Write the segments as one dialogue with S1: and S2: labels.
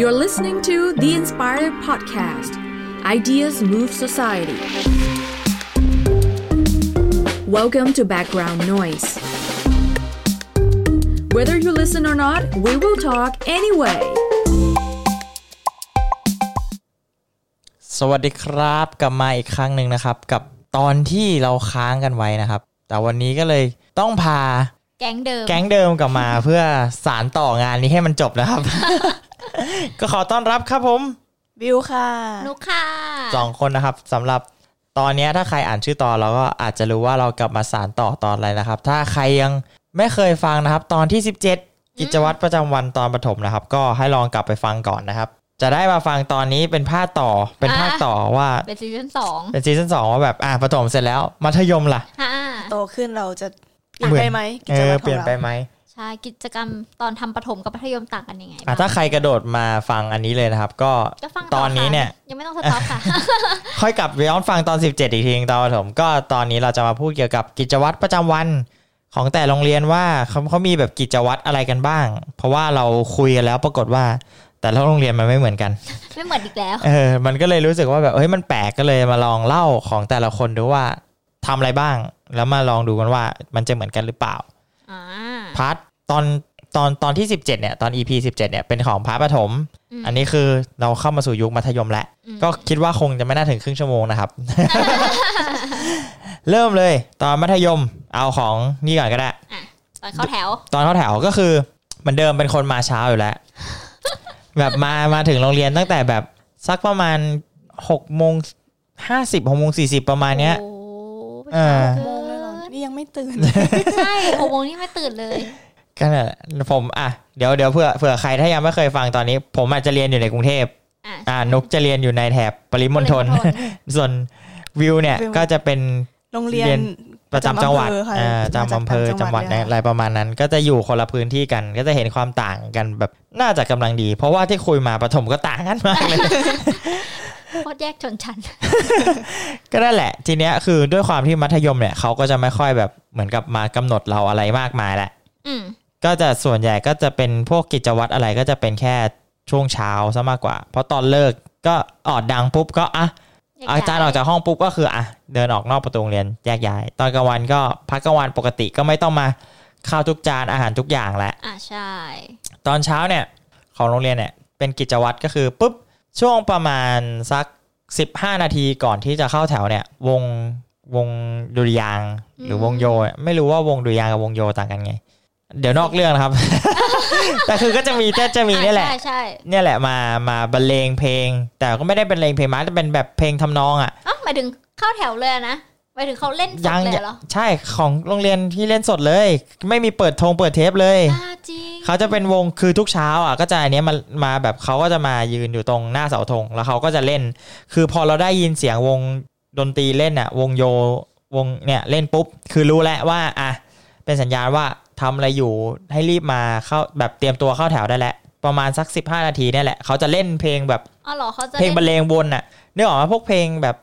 S1: You're listening to The Inspired Podcast Ideas Move Society. Welcome to Background Noise. Whether you listen or not, we will talk anyway.
S2: สวัสดีครับกลับมาอีกครั้งหนึ่งนะครับ กับตอนที่เราค้างกันไว้นะครับ แต่วันนี้ก็เลยต้องพา
S3: แก๊งเดิม
S2: แก๊งเดิมกลับมา เพื่อสารต่องานนี้ให้มันจบนะครับ ก็ขอต้อนรับครับผม
S4: วิวค่ะ
S3: นุกค่ะ
S2: สองคนนะครับสำหรับตอนเนี้ยถ้าใครอ่านชื่อตอนเราก็อาจจะรู้ว่าเรากลับมาสารต่อตอนอะไรนะครับ ถ้าใครยังไม่เคยฟังนะครับ ตอนที่ 17 กิจวัตรประจำวันตอนปฐมนะครับ ก็ให้ลองกลับไปฟังก่อนนะครับ จะได้มาฟังตอนนี้เป็นภาคต่อเป็นภาคต่อว่า
S3: เป็นซีซั่นสอง
S2: เป็นซีซั่นสองว่าแบบอ่ะประถมเสร็จแล้ว มัธยมล่ะ
S3: ค่ะ
S4: โตขึ้นเราจะเป
S2: เหมื
S4: ลี่ย
S2: อน
S4: นไปไหมกิ
S2: เอ
S4: จ
S2: อ
S4: วัตร
S2: เปลี่ยน
S4: ของ
S2: ไป
S4: เรา
S2: ไหม
S3: ใช่กิจกรรมตอนทำประถมกับมัธยมต่างกันยังไง
S2: อ่ะ
S3: บ้าง
S2: ถ้าใครกระโดดมาฟังอันนี้เลยนะครับ ก็
S3: ก็ฟัง
S2: ตอนนี้
S3: ค่ะ
S2: เนี่ย
S3: ยังไม่ต้องสต็อปค่ะ
S2: ค่อยกลับย้อนฟังตอน 17 อีกทีนึงตอนประถมก็ตอนนี้เราจะมาพูดเกี่ยวกับกิจวัตรประจำวันของแต่โรงเรียนว่าเขาเขามีแบบกิจวัตรอะไรกันบ้าง เพราะว่าเราคุยกันแล้วปรากฏว่า แต่ละโรงเรียนมันไม่เหมือนกัน
S3: ไม่เหมือนอีกแล้ว
S2: เออ มันก็เลยรู้สึกว่าแบบเฮ้ย มันแปลกก็เลยมาลองเล่าของแต่ละคนดูว่าทำอะไรบ้าง แล้วมาลองดูกันว่ามันจะเหมือนกันหรือเปล่า
S3: อ่า
S2: พาร์ทตอนตอนตอนที่ 17เนี่ยตอน EP 17เนี่ยเป็นของพาร์ทปฐม
S3: อืม
S2: อันนี้คือเราเข้ามาสู่ยุคมัธยมแล้ว
S3: อืม
S2: ก็คิดว่าคงจะไม่น่าถึงครึ่งชั่วโมงนะครับ เริ่มเลย ตอนมัธยมเอาของนี่ก่อนก็ได้
S3: ตอนเข้าแถว
S2: ตอนเข้าแถวก็คือเหมือนเดิมเป็นคนมาเช้าอยู่แล้ว แบบมามาถึงโรงเรียนตั้งแต่แบบสักประมาณหกโมงห้าสิบหกโมงสี่สิบประมาณเนี้ย
S3: โอ้
S2: เออ
S4: โมงแล้วเหรอนี่ยังไม่ ตื่น
S3: ใช่หกโมงนี่ไม่ตื่นเลย
S2: ก็นั่นแหละผมอ่ะเดี๋ยวเดี๋ยวเผื่อเผื่อใครถ้ายังไม่เคยฟังตอนนี้ ผมอาจจะเรียนอยู่ในกรุงเทพ
S3: อ่ะ
S2: อ่านกจะเรียนอยู่ในแถบปริมณฑล
S3: ปริมณฑล
S2: ส่วนวิวเนี่ย
S4: วิว
S2: ก็จะเป็น
S4: โรงเรียน
S2: ประจำจังหวัด
S4: ประจำอำเภอ
S2: อ่าประจำอำเภอ
S4: ค่ะประจำจั
S2: จัง
S4: ง
S2: ห
S4: หวั
S2: วัด
S4: ด
S2: นะ
S4: เลยค่ะ
S2: อะไรประมาณนั้น ก็จะอยู่คนละพื้นที่กัน ก็จะเห็นความต่างกันแบบน่าจะกำลังดี เพราะว่าที่คุยมาปฐมก็ต่างกันมาก เลย
S3: โคตรแยกชนชั้น
S2: ก็นั่นแหละ ทีเนี้ยคือด้วยความที่มัธยมเนี่ยเขาก็จะไม่ค่อยแบบเหมือนกับมากำหนดเราอะไรมากมายแหละ
S3: อืม
S2: ก็จะส่วนใหญ่ก็จะเป็นพวกกิจวัตรอะไรก็จะเป็นแค่ช่วงเช้าซะมากกว่า เพราะตอนเลิกก็ออดดังปุ๊บก็อ่ะ
S3: แยก
S2: อาจารย์ออกจากห้องปุ๊บก็คืออ่ะเดินออกนอกประตูโรงเรียนแยกย้าย ตอนกลางวันก็พักกลางวันปกติก็ไม่ต้องมาข้าวทุกจานอาหารทุกอย่างแหละ
S3: อ่ะใช่
S2: ตอนเช้าเนี่ยของโรงเรียนเนี่ยเป็นกิจวัตรก็คือปุ๊บช่วงประมาณสัก 15 นาทีก่อนที่จะเข้าแถวเนี่ยวงวงดุริยางค์หรือ
S3: ม
S2: วงโยอะไม่รู้ว่าวงดุริยางค์กับวงโยต่างกันไง เดี๋ยวนอกเรื่องนะครับ แต่คือก็จะมีก็จะมีเนี่ยแหละ
S3: อ่ใช่ใช่
S2: เนี่ยแหละมามาบรรเลงเพลง แต่ก็ไม่ได้บรรเลงเพลงมาจะเป็นแบบเพลงทำนองอ่ะ
S3: อ๋อหมายถึงเข้าแถวเลยอะนะหมายถึงเขาเล่นสด
S2: ยัง
S3: เลย
S2: ยัง
S3: เหรอ
S2: ใช่ของโรงเรียนที่เล่นสดเลย ไม่มีเปิดธงเปิดเทปเลย
S3: อ่าจริง
S2: เขาจะเป็นวงคือทุกเช้าอ่ะก็จะอันเนี้ยมามาแบบเขาก็จะมายืนอยู่ตรงหน้าเสาธงแล้วเขาก็จะเล่น คือพอเราได้ยินเสียงวงดนตรีเล่นอ่ะ วงโยวงเนี่ยเล่นปุ๊บ คือรู้แล้วว่าอ่ะเป็นสัญญาณว่าทำอะไรอยู่ให้รีบมาเข้าแบบเตรียมตัวเข้าแถวได้แล้วประมาณสัก 15 นาทีเนี่ยแหละเขาจะเล่นเพลงแบบ
S3: อ๋อเหรอเขาจะ
S2: เพลง
S3: น
S2: บรรเลงวนน่ะนึกออกไหมพวกเพลงแบบ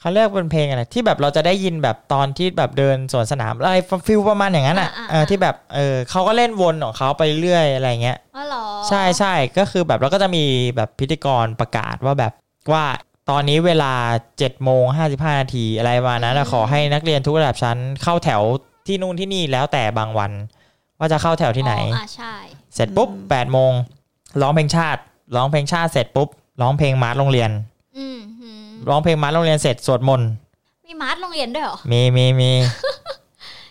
S2: เขาเรียกเป็นเพลงอะไรที่แบบเราจะได้ยินแบบตอนที่แบบเดินสวนสนามอะไรฟิลประมาณอย่างนั้นอ่ะ
S3: อ่าอ่า
S2: เออที่แบบเออเขาก็เล่นวนของเขาไปเรื่อยอะไรเงี้ย
S3: อ๋อเหรอ
S2: ใช่ใช่ก็คือแบบเราก็จะมีแบบพิธีกรประกาศว่าแบบว่าตอนนี้เวลา7จ็ดโมงห้าสิบห้านาทีอะไรประมาณนั้นนะ
S3: อืม
S2: ขอให้นักเรียนทุกระดับชั้นเข้าแถวที่นู่นที่นี่แล้วแต่บางวัน ว่าจะเข้าแถวที่ไหน
S3: อ๋ออ่ะใช่
S2: เสร็จปุ๊บ
S4: อืม
S2: 8ปดโมงร้องเพลงชาติ ร้องเพลงชาติเสร็จปุ๊บร้องเพลงมาร์ชโรงเรียน
S3: อืมหืม
S2: ร้องเพลงมาร์ชโรงเรียนเสร็จสวดมนต์
S3: มีมาร์ทโรงเรียนด้วยเหรอ
S2: มีมี มี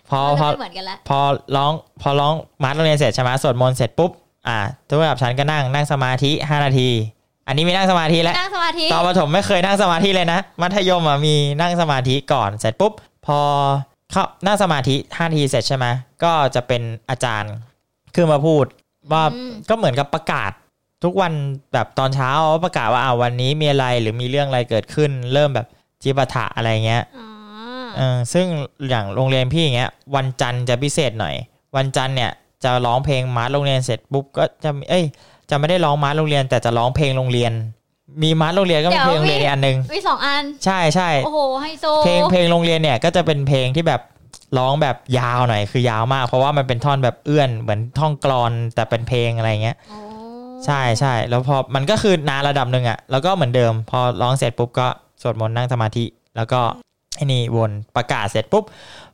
S2: พอพอ
S3: มันก็ไม่เหมือนกันละ
S2: พอร้องพอร้องมาร์ชโรงเรียนเสร็จใช่ไหมสวดมนต์เสร็จปุ๊บอ่าทุกระดับชั้นก็นั่งนั่งสมาธิ 5 นาที อันนี้มีนั่งสมาธิแล้ว
S3: นั่งสมาธิ
S2: ตอนประถมไม่เคยนั่งสมาธิเลยนะ มัธยมอ่ะมีนั่งสมาธิก่อนเสร็จปุ๊บ พอเข้านั่งสมาธิ5นาทีเสร็จใช่ไหมก็จะเป็นอาจารย์ขึ้นมาพูดว่า
S3: อืม
S2: ก็เหมือนกับประกาศทุกวันแบบตอนเช้าประกาศว่าอ่าวันนี้มีอะไรหรือมีเรื่องอะไรเกิดขึ้น เริ่มแบบจิปาถะอะไรเงี้ย
S3: อ๋อ
S2: เออซึ่งอย่างโรงเรียนพี่อย่างเงี้ยวันจันทร์จะพิเศษหน่อย วันจันทร์เนี่ยจะร้องเพลงมาร์ชโรงเรียนเสร็จปุ๊บก็จะมีเอ้ยจะไม่ได้ร้องมาร์ชโรงเรียน แต่จะร้องเพลงโรงเรียน มีมาร์ชโรงเรียนก็เป็นเพลงโรงเรียนอีกอันหนึง
S3: มีสองอัน
S2: ใช่ใช่
S3: โอ้โหไฮโซ
S2: เพลงเพลงโรงเรียนเนี่ยก็จะเป็นเพลงที่แบบร้องแบบยาวหน่อยคือยาวมาก เพราะว่ามันเป็นท่อนแบบเอื้อนเหมือนท่องกลอนแต่เป็นเพลงอะไรเงี้ย
S3: โอ้
S2: ใช่ใช่แล้วพอมันก็คือนานระดับหนึ่งอะแล้วก็เหมือนเดิม พอร้องเสร็จปุ๊บก็สวดมนต์นั่งสมาธิ แล้วก็ไอ้นี่วนประกาศเสร็จปุ๊บ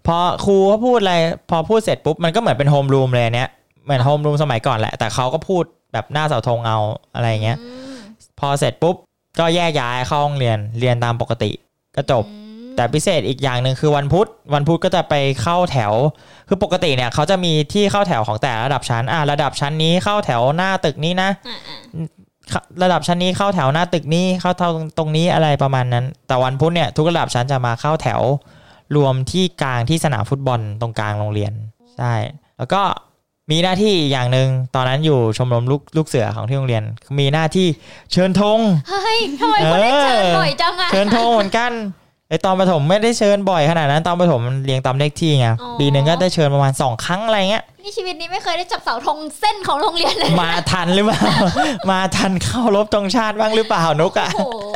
S2: พอครูเขาพูดอะไร พอพูดเสร็จปุ๊บ มันก็เหมือนเป็นโฮมรูมเลยอันเนี้ยเหมือนโฮมรูมสมัยก่อนแหละ แต่เขาก็พูดแบบหน้าเสาธงเอาอะไรอย่างเงี้ย
S3: อืม
S2: พอเสร็จปุ๊บก็แยกย้ายเข้าห้องเรียนเรียนตามปกติก็จบ
S3: อืม
S2: แต่พิเศษอีกอย่างหนึ่งคือวันพุธวันพุธก็จะไปเข้าแถว คือปกติเนี่ยเขาจะมีที่เข้าแถวของแต่ละระดับชั้นอ่าระดับชั้นนี้เข้าแถวหน้าตึกนี้นะ
S3: อ่ะอ่ะ
S2: ระดับชั้นนี้เข้าแถวหน้าตึกนี้เข้าเท่าตรงนี้อะไรประมาณนั้น แต่วันพุธเนี่ยทุกระดับชั้นจะมาเข้าแถว รวมที่กลางที่สนามฟุตบอลตรงกลางโรงเรียนใช่แล้วก็มีหน้าที่อีกอย่างหนึ่งตอนนั้นอยู่ชมรมลูกลูกเสือของที่โรงเรียน มีหน้าที่เชิญธง
S3: เฮ้ยทำไมคนได้เชิญบ่อยจังอ่ะ
S2: เชิญธงเหมือนกันไอตอนประถมไม่ได้เชิญบ่อยขนาดนั้นตอนประถมมันเรียงตามเลขที่ไง
S3: อ๋อ
S2: ปีหนึ่งก็ได้เชิญประมาณสองครั้งอะไรเงี้ย
S3: นี่ชีวิตนี้ไม่เคยได้จับเสาธงเส้นของโรงเรียนเลย
S2: มาทันหรือเปล่า มาทันเข้ารบตรงชาติบ้างหรือเปล่านกอะ
S3: โอ้โห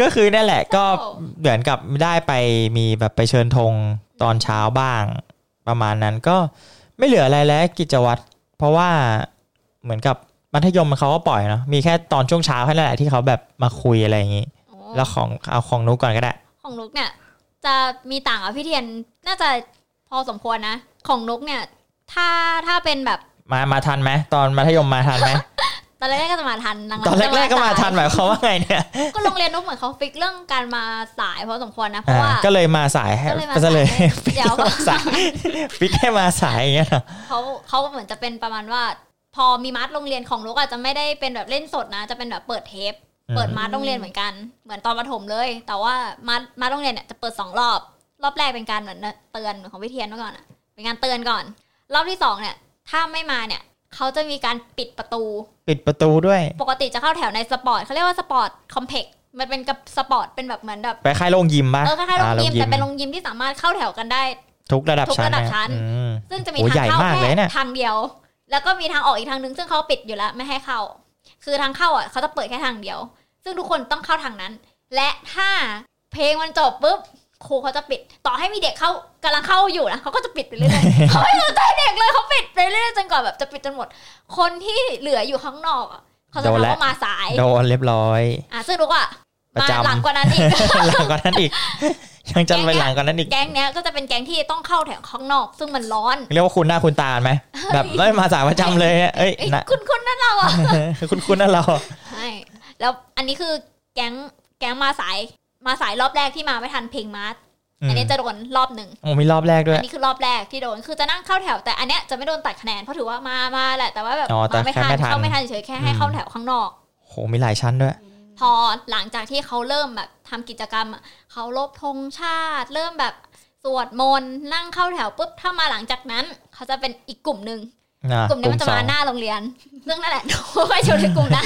S2: ก็คือนั่นแหละก็
S3: โอ้
S2: เหมือนกับได้ไปมีแบบไปเชิญธงตอนเช้าบ้าง ประมาณนั้นก็ไม่เหลืออะไรแล้วกิจวัตรเพราะว่าเหมือนกับมัธยมเขาก็ปล่อยเนาะมีแค่ตอนช่วงเช้าแค่นั้นแหละที่เขาแบบมาคุยอะไรอย่างนี้ แล้วของเอาของนุกก่อนก็ได้
S3: ของนุกเนี่ย จะมีต่างกับพี่เทียนน่าจะพอสมควรนะ ของนุกเนี่ย ถ้าถ้าเป็นแบบ
S2: มามาทันไหมตอนมัธยมมาทัน ไหม
S3: ตอนแรกๆก็จะมาทันหลังๆ
S2: ตอนแรก
S3: จะ
S2: ๆก็มาทันหมายความว่าไงเนี่ย
S3: สายก็โรงเรียนนุกเหมือนเขาฟิกเรื่องการมาสายพอสมควรนะเพ
S2: อ่า
S3: ราะว่า
S2: ก็เลยมาสายให้
S3: ก็เลยมา
S2: ก็จะเลย
S3: สาย
S2: ฟิก
S3: เดี๋ยว
S2: มาสาย ฟิกให้มาสายอย่างเงี้ยเหรอ
S3: เขาเขาเหมือนจะเป็นประมาณว่า พอมีมัดโรงเรียนของนุกอาจจะไม่ได้เป็นแบบเล่นสดนะ จะเป็นแบบเปิดเทป เปิดมาร์ทโรงเรียนเหมือนกัน เหมือนตอนประถมเลย แต่ว่ามาร์ทมาร์ทโรงเรียนเนี่ยจะเปิดสองรอบ รอบแรกเป็นการเหมือนเตือนเหมือนของพี่เทียนเมื่อก่อนอะเป็นการเตือนก่อน รอบที่สองเนี่ย ถ้าไม่มาเนี่ย เขาจะมีการปิดประตู
S2: ปิดประตูด้วย
S3: ปกติจะเข้าแถวในสปอร์ตเขาเรียกว่าสปอร์ตคอมเพล็กซ์ มันเป็นกับสปอร์ตเป็นแบบเหมือนแบบ
S2: ไปค่ายโรงยิมป่ะ
S3: เออคล้ายๆโรงยิม
S2: อ่า
S3: แต่เป็นโรงยิมที่สามารถเข้าแถวกันได้
S2: ทุกระดับ
S3: ทุก
S2: ชั้น
S3: ระดับ
S2: นะ
S3: ชั้น
S2: อืม
S3: ซึ่งจะมี
S2: โอ้
S3: ทาง
S2: ใหญ่
S3: เข้าม
S2: ากเล
S3: แค่
S2: ยเนี่ย
S3: ทางเดียว แล้วก็มีทางออกอีกทางนึง ซึ่งเขาปิดอยู่แล้วไม่ให้เข้า คือทางเข้าอ่ะเขาจะเปิดแค่ทางเดียว ซึ่งทุกคนต้องเข้าทางนั้น และถ้าเพลงมันจบปุ๊บครูเขาจะปิด ต่อให้มีเด็กเข้ากำลังเข้าอยู่นะเขาก็จะปิดไปเรื่อย ๆ เขาไม่สนใจเด็กเลยเขาปิดไปเรื่อยๆจนกว่าแบบจะปิดจนหมด คนที่เหลืออยู่ข้างนอกอ่ะเขาจะ
S2: โดน
S3: นับ
S2: แล้ว
S3: ว่ามาสาย
S2: โดนเรียบร้อย
S3: อ่ะซึ่งทุกอ่ะ
S2: ประ
S3: มา
S2: จำ
S3: หลังกว่านั้นอีก
S2: หลังกว่านั้นอีก ยังจะไปหลังกว่านั้นอีก
S3: แก๊งเนี้ยก็จะเป็นแก๊งที่ต้องเข้าแถวข้างนอก ซึ่งมันร้อน
S2: เรียกว่าคุณหน้าคุณตากันไหม แบบเอ้ยมาสายประจำเลยเอ้ย
S3: เอ้ย
S2: นะ
S3: คุณคุณนั่นเราอ่ะ
S2: คุณคุณนั่นเรา
S3: ใช่แล้วอันนี้คือแก๊งแก๊งมาสายมาสายรอบแรกที่มาไม่ทันเพลงมาร์ท
S2: อืม
S3: อันนี้จะโดนรอบหนึ่ง
S2: โอ้มีรอบแรกด้วย
S3: อันนี้คือรอบแรกที่โดนคือจะนั่งเข้าแถว แต่อันเนี้ยจะไม่โดนตัดคะแนนเพราะถือว่ามามาแหละแต่ว่าแบบ
S2: อ๋อแต่
S3: มาไม่
S2: แค่
S3: ทั
S2: ไม่ทัน
S3: เข้าไม่ทันเฉยๆแค่ให้
S2: อืม
S3: เข้าแถวข้างนอก
S2: โหมีหลายชั้นด้วย
S3: พอหลังจากที่เขาเริ่มแบบทำกิจกรรมอะเขาลบธงชาติ เริ่มแบบสวดมนต์นั่งเข้าแถวปุ๊บถ้ามาหลังจากนั้น เขาจะเป็นอีกกลุ่มหนึ่ง
S2: อ่ะ
S3: กลุ่มนี้มันจะ
S2: สอ
S3: มาง หน้าโรงเรียน ซึ่งนั่นแหละหนู ก็อยู่ในกลุ่มนะ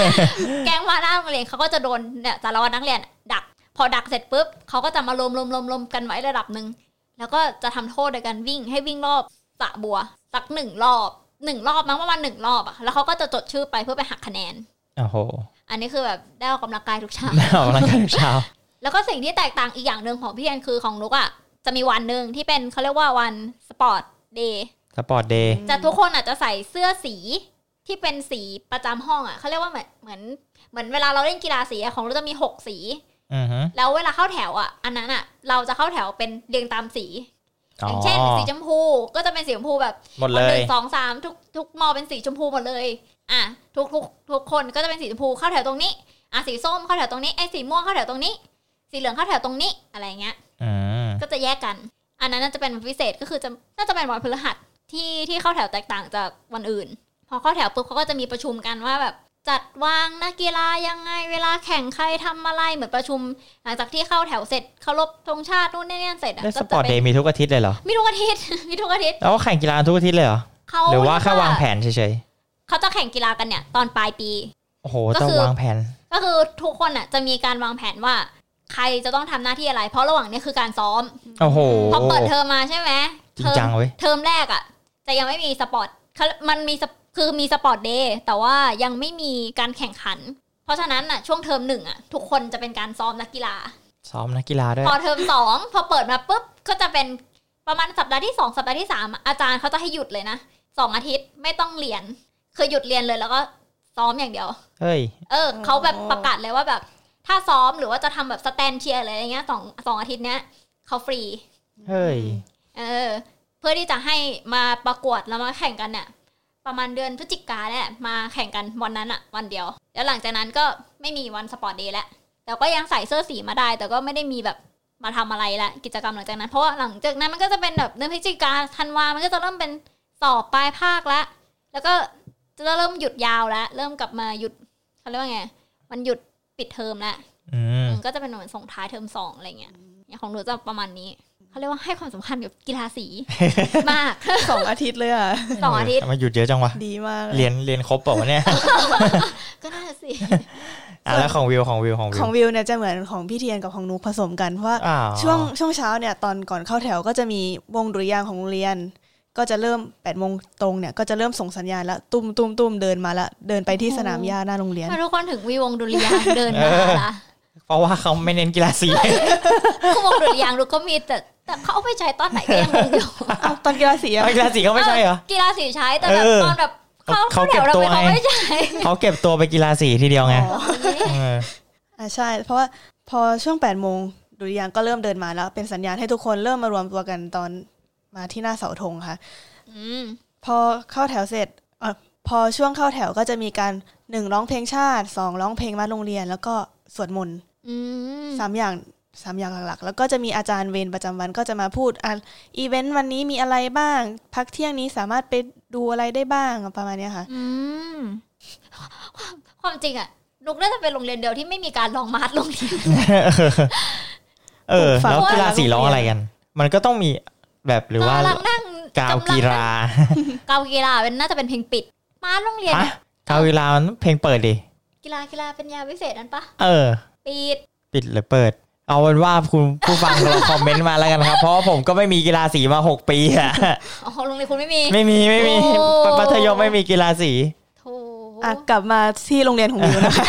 S3: แก๊งมาหน้าโรงเรียนเขาก็จะโดนเนี่ยสารวัตรนักเรียนดัก พอดักเสร็จปุ๊บเขาก็จะมารวมรวมรวมรวมกันไว้ระดับหนึ่ง แล้วก็จะทำโทษโดยการวิ่งให้วิ่งรอบสระบัว สักหนึ่งรอบหนึ่งรอบมั้งประมาณหนึ่งรอบอะแล้วเขาก็จะจดชื่อไปเพื่อไปหักคะแนน
S2: โอ้โห
S3: อันนี้คือแบบได้ออกกำลังกายทุก เช้า
S2: ได้ออกกำลังกายทุกเช้า
S3: แล้วก็สิ่งที่แตกต่างอีกอย่างหนึ่งของพี่แอนคือของนุกอะจะมีวันหนึ่งที่เป็นเขาเรียกว่าวันสปอร์ตเดย์
S2: สปอร์ตเดย์
S3: จะทุกคนอาจจะใส่เสื้อสีที่เป็นสีประจำห้องอ่ะเขาเรียกว่าเหมือนเหมือนเหมือนเวลาเราเล่นกีฬาสีอะของเราจะมีหกสี
S2: อือฮึ
S3: แล้วเวลาเข้าแถวอ่ะอันนั้นอ่ะเราจะเข้าแถวเป็นเรียงตามสี
S2: อ๋อ
S3: อย่างเช่นสีชมพูก็จะเป็นสีชมพูแบบ
S2: หมด
S3: ม
S2: เล
S3: ห
S2: ย
S3: นึ่งสองสามทุกทุกมอเป็นสีชมพูหมดเลยอ่ะทุกทุกทุกคนก็จะเป็นสีชมพูเข้าแถวตรงนี้อ่ะสีส้มเข้าแถวตรงนี้ไอ้ยสีม่วงเข้าแถวตรงนี้ สีเหลืองเข้าแถวตรงนี้อะไรอย่างเงี้ย
S2: อืม
S3: ก็จะแยกกัน อันนั้นน่าจะเป็นวันพิเศษก็คือจะน่าจะเป็นวันพฤหัสที่ที่เข้าแถวแตกต่างจากวันอื่น พอเข้าแถวปุ๊บเขาก็จะมีประชุมกันว่าแบบจัดวางนักกีฬายังไงเวลาแข่งใครทำอะไรเหมือนประชุม หลังจากที่เข้าแถวเสร็จเคารพธงชาตินู่นนี่นั่นเสร็จอะ
S2: ได้ส
S3: ก็จะ
S2: ปอร์ตเด
S3: เป็น
S2: ย์มีทุกอาทิตย์เลยเหรอ
S3: มีทุกอาทิตย์ มีทุกอาทิตย์
S2: แล้วก็แข่งกีฬาทุกอาทิตย์เลยเหรอ
S3: เขา
S2: หรือว่าแค่วางแผนเฉย
S3: เขาจะแข่งกีฬากันเนี่ยตอนปลายปี
S2: ๆ โอ้โห
S3: ก็
S2: ต้อง
S3: คือ
S2: วางแผน
S3: ก็คือทุกคนอ่ะจะมีการวางแผนว่า ใครจะต้องทำหน้าที่อะไร เพราะระหว่างเนี้คือการซ้อม
S2: โอ้โห
S3: พอเปิดเทอมมาใช่ไหม
S2: จริง
S3: เทอม
S2: จังเว้ย
S3: เทอมแรกอะ่ะ จะยังไม่มีสปอร์ตเขามันมีสปคือมีสปอร์ตเดย์แต่ว่ายังไม่มีการแข่งขัน เพราะฉะนั้นอ่ะช่วงเทอมหนึ่งอ่ะทุกคนจะเป็นการซ้อมนักกีฬา
S2: ซ้อมนักกีฬาด้วย
S3: พอเทอมสองพอเปิดมาปุ๊บก็จะเป็นประมาณสัปดาห์ที่สองสัปดาห์ที่สามอาจารย์เขาจะให้หยุดเลยนะสองอาทิตย์ไม่ต้องเรียน คือหยุดเรียนเลยแล้วก็ซ้อมอย่างเดียว
S2: เฮ้ย
S3: เออเขาแบบประกาศเลยว่าแบบ ถ้าซ้อมหรือว่าจะทำแบบสแตนเชียร์อะไรอย่างเงี้ยสองสองอาทิตย์เนี้ยเขาฟรี
S2: เฮ้ย
S3: เออ เพื่อที่จะให้มาประกวดแล้วมาแข่งกันเนี่ยประมาณเดือนพฤศจิกาแหละมาแข่งกันวันนั้นอะวันเดียว แล้วหลังจากนั้นก็ไม่มีวันสปอร์ตเดย์แล้วแต่ก็ยังใส่เสื้อสีมาได้ แต่ก็ไม่ได้มีแบบมาทำอะไรละกิจกรรมหลังจากนั้น เพราะว่าหลังจากนั้นมันก็จะเป็นแบบเดือนพฤศจิกาธันวามันก็จะเริ่มเป็นสอบปลายภาคละแล้วก็จะเริ่มหยุดยาวแล้วเริ่มกลับมาหยุดเขาเรียกว่าไงมันหยุดปิดเทอมละ
S2: อืม
S3: มันก็จะเป็นเหมือนส่งท้ายเทอมสองอะไรเงี้ยอย่างของหนูจะประมาณนี้เขาเรียกว่าให้ความสำคัญกับกีฬาสี มาก
S4: สองอาทิตย์เลยอ่ะ
S3: สองอาทิตย์
S2: เมาหยุดเยอะจังวะ
S4: ดีมากเลย
S2: เรียนเรียนครบเปล่าวะเนี่ย
S3: ก็น่าสิ
S2: อ่ะแล้วของวิวของวิวของวิ
S4: ขอ
S2: ว
S4: งวิวเนี่ยจะเหมือนของพี่เทียนกับของนุกผสมกันเพราะว่า
S2: อ่า
S4: ช่วงช่วงเช้าเนี่ยตอนก่อนเข้าแถวก็จะมีวงดุริยางค์ของโรงเรียน ก็จะเริ่ม8ปดโมงตรงเนี่ยก็จะเริ่มส่งสัญญาณแล้วตุ้มตุ้มตุ้มเดินมาละเดินไปที่
S3: โอ้
S4: สนามหญ้าหน้าโรงเรียน
S3: ถ้าทุกคนถึงวีวงดุริยางค์เดินมาละ
S2: เพราะว่าเขาไม่เน้นกีฬาสี
S3: คือวงดุริยางค์ดูก็มีแต่แต่เขาเอาไปใช้ตอนไหนก็ยังงงอยู่
S4: อ้าวตอนกีฬาสีอะ
S2: เอากีฬาสีเขาไม่ใช่เหรอ
S3: เออกีฬาสีใช้แต่แบบ
S2: เออ
S3: ตอนแบบเขา
S2: เขา
S3: เขา
S2: เก็
S3: เดี๋
S2: บ
S3: ยวเรา
S2: ตัว
S3: ไปเขา
S2: ไง
S3: ไม่ใช้
S2: เขาเก็บตัวไปกีฬาสีทีเดียวไง
S4: อ๋อ
S2: เออ
S4: อ่าใช่ เพราะว่าพอช่วง8ปดโมงดุริยางค์ก็เริ่มเดินมาแล้ว เป็นสัญญาณให้ทุกคนเริ่มมารวมตัวกันตอนมาที่หน้าเสาธงค่ะ
S3: อืม
S4: พอเข้าแถวเสร็จเอ่อพอช่วงเข้าแถวก็จะมีการหนึ่งร้องเพลงชาติสองร้องเพลงมาโรงเรียน แล้วก็สวดมนต์
S3: อืม
S4: สามอย่างสามอย่างหลักๆ แล้วก็จะมีอาจารย์เวรประจำวันก็จะมาพูดอ่ะอีเวนต์วันนี้มีอะไรบ้าง พักเที่ยงนี้สามารถไปดูอะไรได้บ้างประมาณเนี้ยค่ะ
S3: อืมความความจริงอะนุกน่าจะเป็นโรงเรียนเดียวที่ไม่มีการลองมาร์ทโรงเรียน
S2: เออ
S4: ปลูก
S2: แล้ว
S4: ฝัง
S2: กีฬาสีร้องอะไรกัน มันก็ต้องมีแบบหรือว่า
S3: ตอนกำลังนั่ง
S2: กาว
S3: ำลั
S2: กี
S3: งนั่ง
S2: ฬาก
S3: าวกีฬาเป็นน่าจะเป็นเพลงปิด มาร์ทโรงเรียน
S2: อะ
S3: อะ
S2: กาวกีฬามันเพลงเปิดดิ
S3: กีฬากีฬาเป็นยาวิเศษนั่นปะ
S2: เออ
S3: ปิด
S2: ปิดหรือเปิด เอาเป็นว่าคุณผู้ฟัง ลองคอมเมนต์มาแล้วกันครับ เพราะว่าผมก็ไม่มีกีฬาสีมาหกปีอะ
S3: อ๋อโรงเรียนคุณไม่มี
S2: ไม่มีไม่มี
S3: โอ้
S2: ปัธยมไม่มีกีฬาสี
S3: โถ
S4: อ่ะกลับมาที่โรงเรียนของวิวนะคะ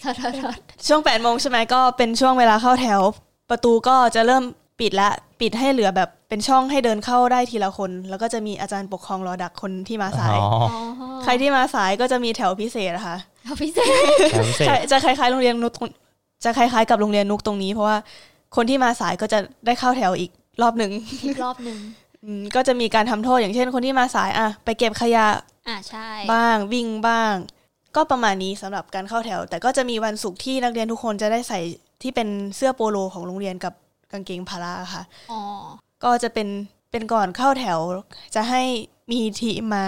S3: โถโถโถ
S4: ช่วง8ปดโมงใช่ไหมก็เป็นช่วงเวลาเข้าแถว ประตูก็จะเริ่มปิดละปิดให้เหลือแบบเป็นช่องให้เดินเข้าได้ทีละคน แล้วก็จะมีอาจารย์ปกครองรอดักคนที่มาสาย
S2: อ๋อ
S3: อ๋อ
S4: ใครที่มาสายก็จะมีแถวพิเศษนะคะ
S3: เอาพิเศษ
S2: แถวพิเศษ
S4: ใช่จะคล้ายๆโรงเรียนนุกตรงจะคล้ายๆกับโรงเรียนนุกตรงนี้ เพราะว่าคนที่มาสายก็จะได้เข้าแถวอีกรอบหนึ่ง
S3: อีกรอบหนึ่ง
S4: อืมก็จะมีการทำโทษอย่างเช่น คนที่มาสายอ่ะไปเก็บขยะ
S3: อ่าใช่
S4: บ้างวิ่งบ้าง ก็ประมาณนี้สำหรับการเข้าแถว แต่ก็จะมีวันศุกร์ที่นักเรียนทุกคนจะได้ใส่ที่เป็นเสื้อโปโลของโรงเรียนกับกางเกงพละค่ะ
S3: อ๋อ
S4: ก็จะเป็นเป็นก่อนเข้าแถว จะให้มีทีมมา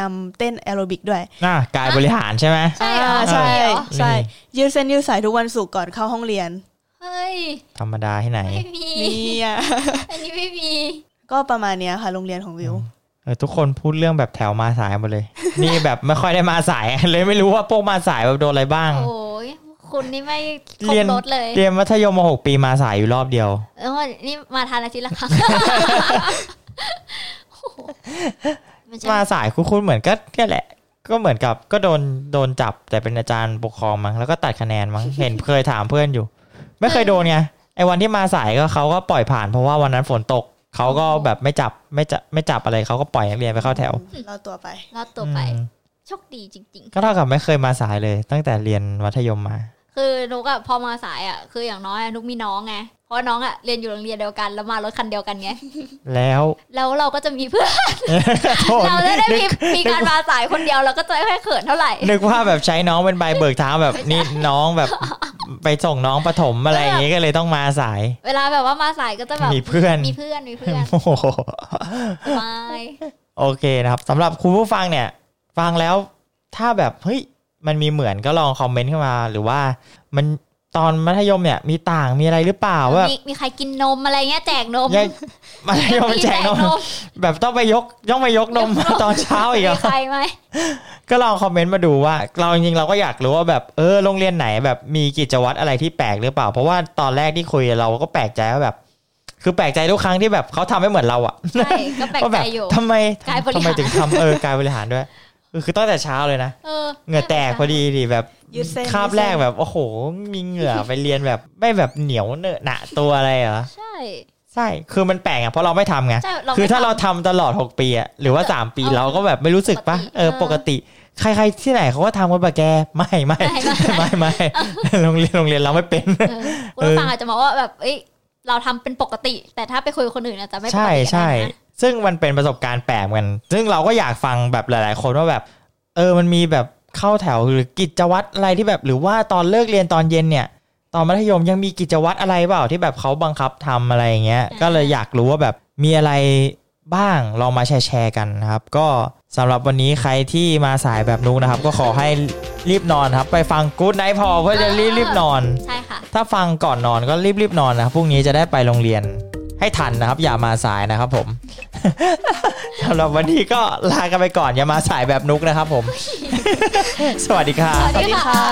S4: นำเต้นแอโรบิกด้วย
S2: น่ากายบริหารใช่ไหม
S3: ใช่เหรอ
S4: อ่าใช่
S3: ใช่เหรอ
S4: ใช่ยืดเส้นยืดสายทุกวันศุกร์ก่อนเข้าห้องเรียน
S3: เฮ้ย
S2: ธรรมดาที่ไหน
S3: ไม่มี
S4: นี่ อ่ะ
S3: อันนี้ไม่มี
S4: ก็ประมาณเนี้ยค่ะ โรงเรียนของวิว
S2: เออทุกคนพูดเรื่องแบบแถวมาสายหมดเลย นี่แบบไม่ค่อยได้มาสาย เลยไม่รู้ว่าพวกมาสายแบบโดนอะไรบ้าง
S3: โอ้ยคุณนี่ไม่ครบ
S2: เรียน
S3: รถเลย
S2: เรียนมัธยมมาหกปีมาสายอยู่รอบเดียว
S3: เออนี่มาทานอาทิตย์ละครั้งโอ้โหมันจะ
S2: มาสายคุ้นๆเหมือนก็แค่แหละ ก็เหมือนกับก็โดนโดนจับแต่เป็นอาจารย์ปกครองมั้งแล้วก็ตัดคะแนนมั้ ง เห็นเคยถามเพื่อนอยู่ ไม่เคยโดนไงไอ้วันที่มาสายก็เขาก็ปล่อยผ่านเพราะว่าวันนั้นฝนตกเขาก็แบบไม่จับไม่จับไม่จับอะไรเขาก็ปล่อยนักเรียนไปเข้าแถว
S4: เราตัวไป
S3: รอดตัวไป
S2: อืม
S3: โชคดีจริง
S2: ก็เท่ากับไม่เคยมาสายเลย ตั้งแต่เรียนมัธยมมา
S3: ๆ คือนุกอะพอมาสายอะคืออย่างน้อยอะนุกมีน้องไง เพราะน้องอะเรียนอยู่โรงเรียนเดียวกันแล้วมารถคันเดียวกันไง
S2: แล้ว
S3: แล้วเราก็จะมีเพื่อน
S2: โทษ
S3: เราจะได้มีมีการมาสายคนเดียวเราก็จะไม่ค่อยเขินเท่าไหร่
S2: นึกว่าแบบใช้น้องเป็นใบเบิกทางแบบนี่น้องแบบ ไปส่งน้องปฐมอะไรอย่างงี้ก็เลยต้องมาสาย
S3: เวลาแบบว่ามาสายก็จะแบบ
S2: มีเพื่อน
S3: มีเพื่อนมีเพื่อน
S2: โอ้โห
S3: สบาย
S2: โอเคนะครับสำหรับคุณผู้ฟังเนี่ย ฟังแล้วถ้าแบบเฮ้ยมันมีเหมือนก็ลองคอมเมนต์เข้ามา หรือว่ามันตอนมัธยมเนี่ยมีต่างมีอะไรหรือเปล่าแบบ
S3: มีมีใครกินนมอะไรเงี้ยแจกนม
S2: ยังมัธยมแจกนมแบบต้องไปยกต้องไปยกนมมาตอนเช้าอีกเหร
S3: มี
S2: อ
S3: ใครไหม
S2: ก็ลองคอมเมนต์มาดูว่า เราจริงๆเราก็อยากรู้ว่าแบบเออโรงเรียนไหนแบบมีกิจวัตรอะไรที่แปลกหรือเปล่า เพราะว่าตอนแรกที่คุยเราก็แปลกใจว่าแบบ คือแปลกใจทุกครั้งที่แบบเขาทำไม่เหมือนเราอะ
S3: ใช่ก็แปลก
S2: ว่า
S3: ใจ
S2: แบบ
S3: อยู่
S2: ทำไม
S3: กายบริหาร
S2: ทำไมถึงทำเออกายบริหารด้วยคือคือตั้งแต่เช้าเลยนะ
S3: เออ
S2: เหงื่อแตกพอดีดิแบบ
S4: ยืดเส้น
S2: คาบ
S4: ยืดเส้น
S2: แรกแบบโอ้โห มีเหงื่อไปเรียนแบบไม่แบบเหนียวเนอะหนะตัวอะไรเหรอ
S3: ใช่
S2: ใช่ คือมันแปลกอ่ะเพราะเราไม่ทำไง
S3: ใช่เราไม่
S2: คือถ้า
S3: ทำ
S2: เราทำตลอด 6 ปีอ่ะหรือว่า 3 ปีเราก็แบบไม่รู้สึกปะ
S3: ปกติ
S2: เออ
S3: เออ
S2: ปกติ ใครๆที่ไหนเขาก็ทำกันปะแก ไม่ไม่
S3: ไม่
S2: ไม่
S3: ไม่
S2: ไม่โรงเรียนโรงเรียนเราไม่เป็น
S3: คุณผู้ฟังอาจจะมองว่าแบบเอ้ยเราทำเป็นปกติ แต่ถ้าไปคุยกับคนอื่นอาจจะไม่ปก
S2: ใช่
S3: ติ
S2: ใช่
S3: แบบนั้นนะ
S2: ซึ่งมันเป็นประสบการณ์แปลกกัน ซึ่งเราก็อยากฟังแบบหลาย ๆ คนว่าแบบ เออ มันมีแบบเข้าแถวหรือกิจวัตรอะไรที่แบบ หรือว่าตอนเลิกเรียนตอนเย็นเนี่ย ตอนมัธยมยังมีกิจวัตรอะไรเปล่าที่แบบเขาบังคับทำอะไรอย่างเงี้ย ก็เลยอยากรู้ว่าแบบมีอะไรบ้างลองมาแชร์แชร์กันนะครับ ก็สำหรับวันนี้ใครที่มาสายแบบนุกนะครับ ก็ขอให้รีบนอนครับ ไปฟังกู๊ดไนท์พอเพื่อจะรีบรีบนอน
S3: ใช่ค่ะ
S2: ถ้าฟังก่อนนอนก็รีบรีบนอนนะครับพรุ่งนี้จะได้ไปโรงเรียนให้ทันนะครับ อย่ามาสายนะครับผม สำหรับวันนี้ก็ลากันไปก่อน อย่ามาสายแบบนุกนะครับผม สวัสดีครับ
S3: สวัสดีค่ะ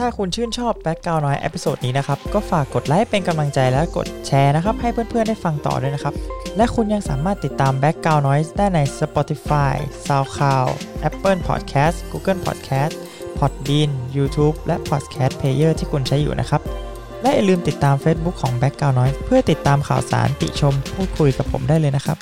S2: ถ้าคุณชื่นชอบแบ็กกราวน้อยเอพิโซดนี้นะครับ ก็ฝากกดไลค์เป็นกำลังใจและกดแชร์นะครับ ให้เพื่อนๆได้ฟังต่อด้วยนะครับ และคุณยังสามารถติดตามแบ็กกราวน้อยได้ใน Spotify, SoundCloud, Apple Podcast, Google Podcast, Podbean, YouTube และ Podcast Player ที่คุณใช้อยู่นะครับ และอย่าลืมติดตาม Facebook ของ b a c k g r o u n d Noise เพื่อติดตามข่าวสารติชมพูดคุยกับผมได้เลยนะครับ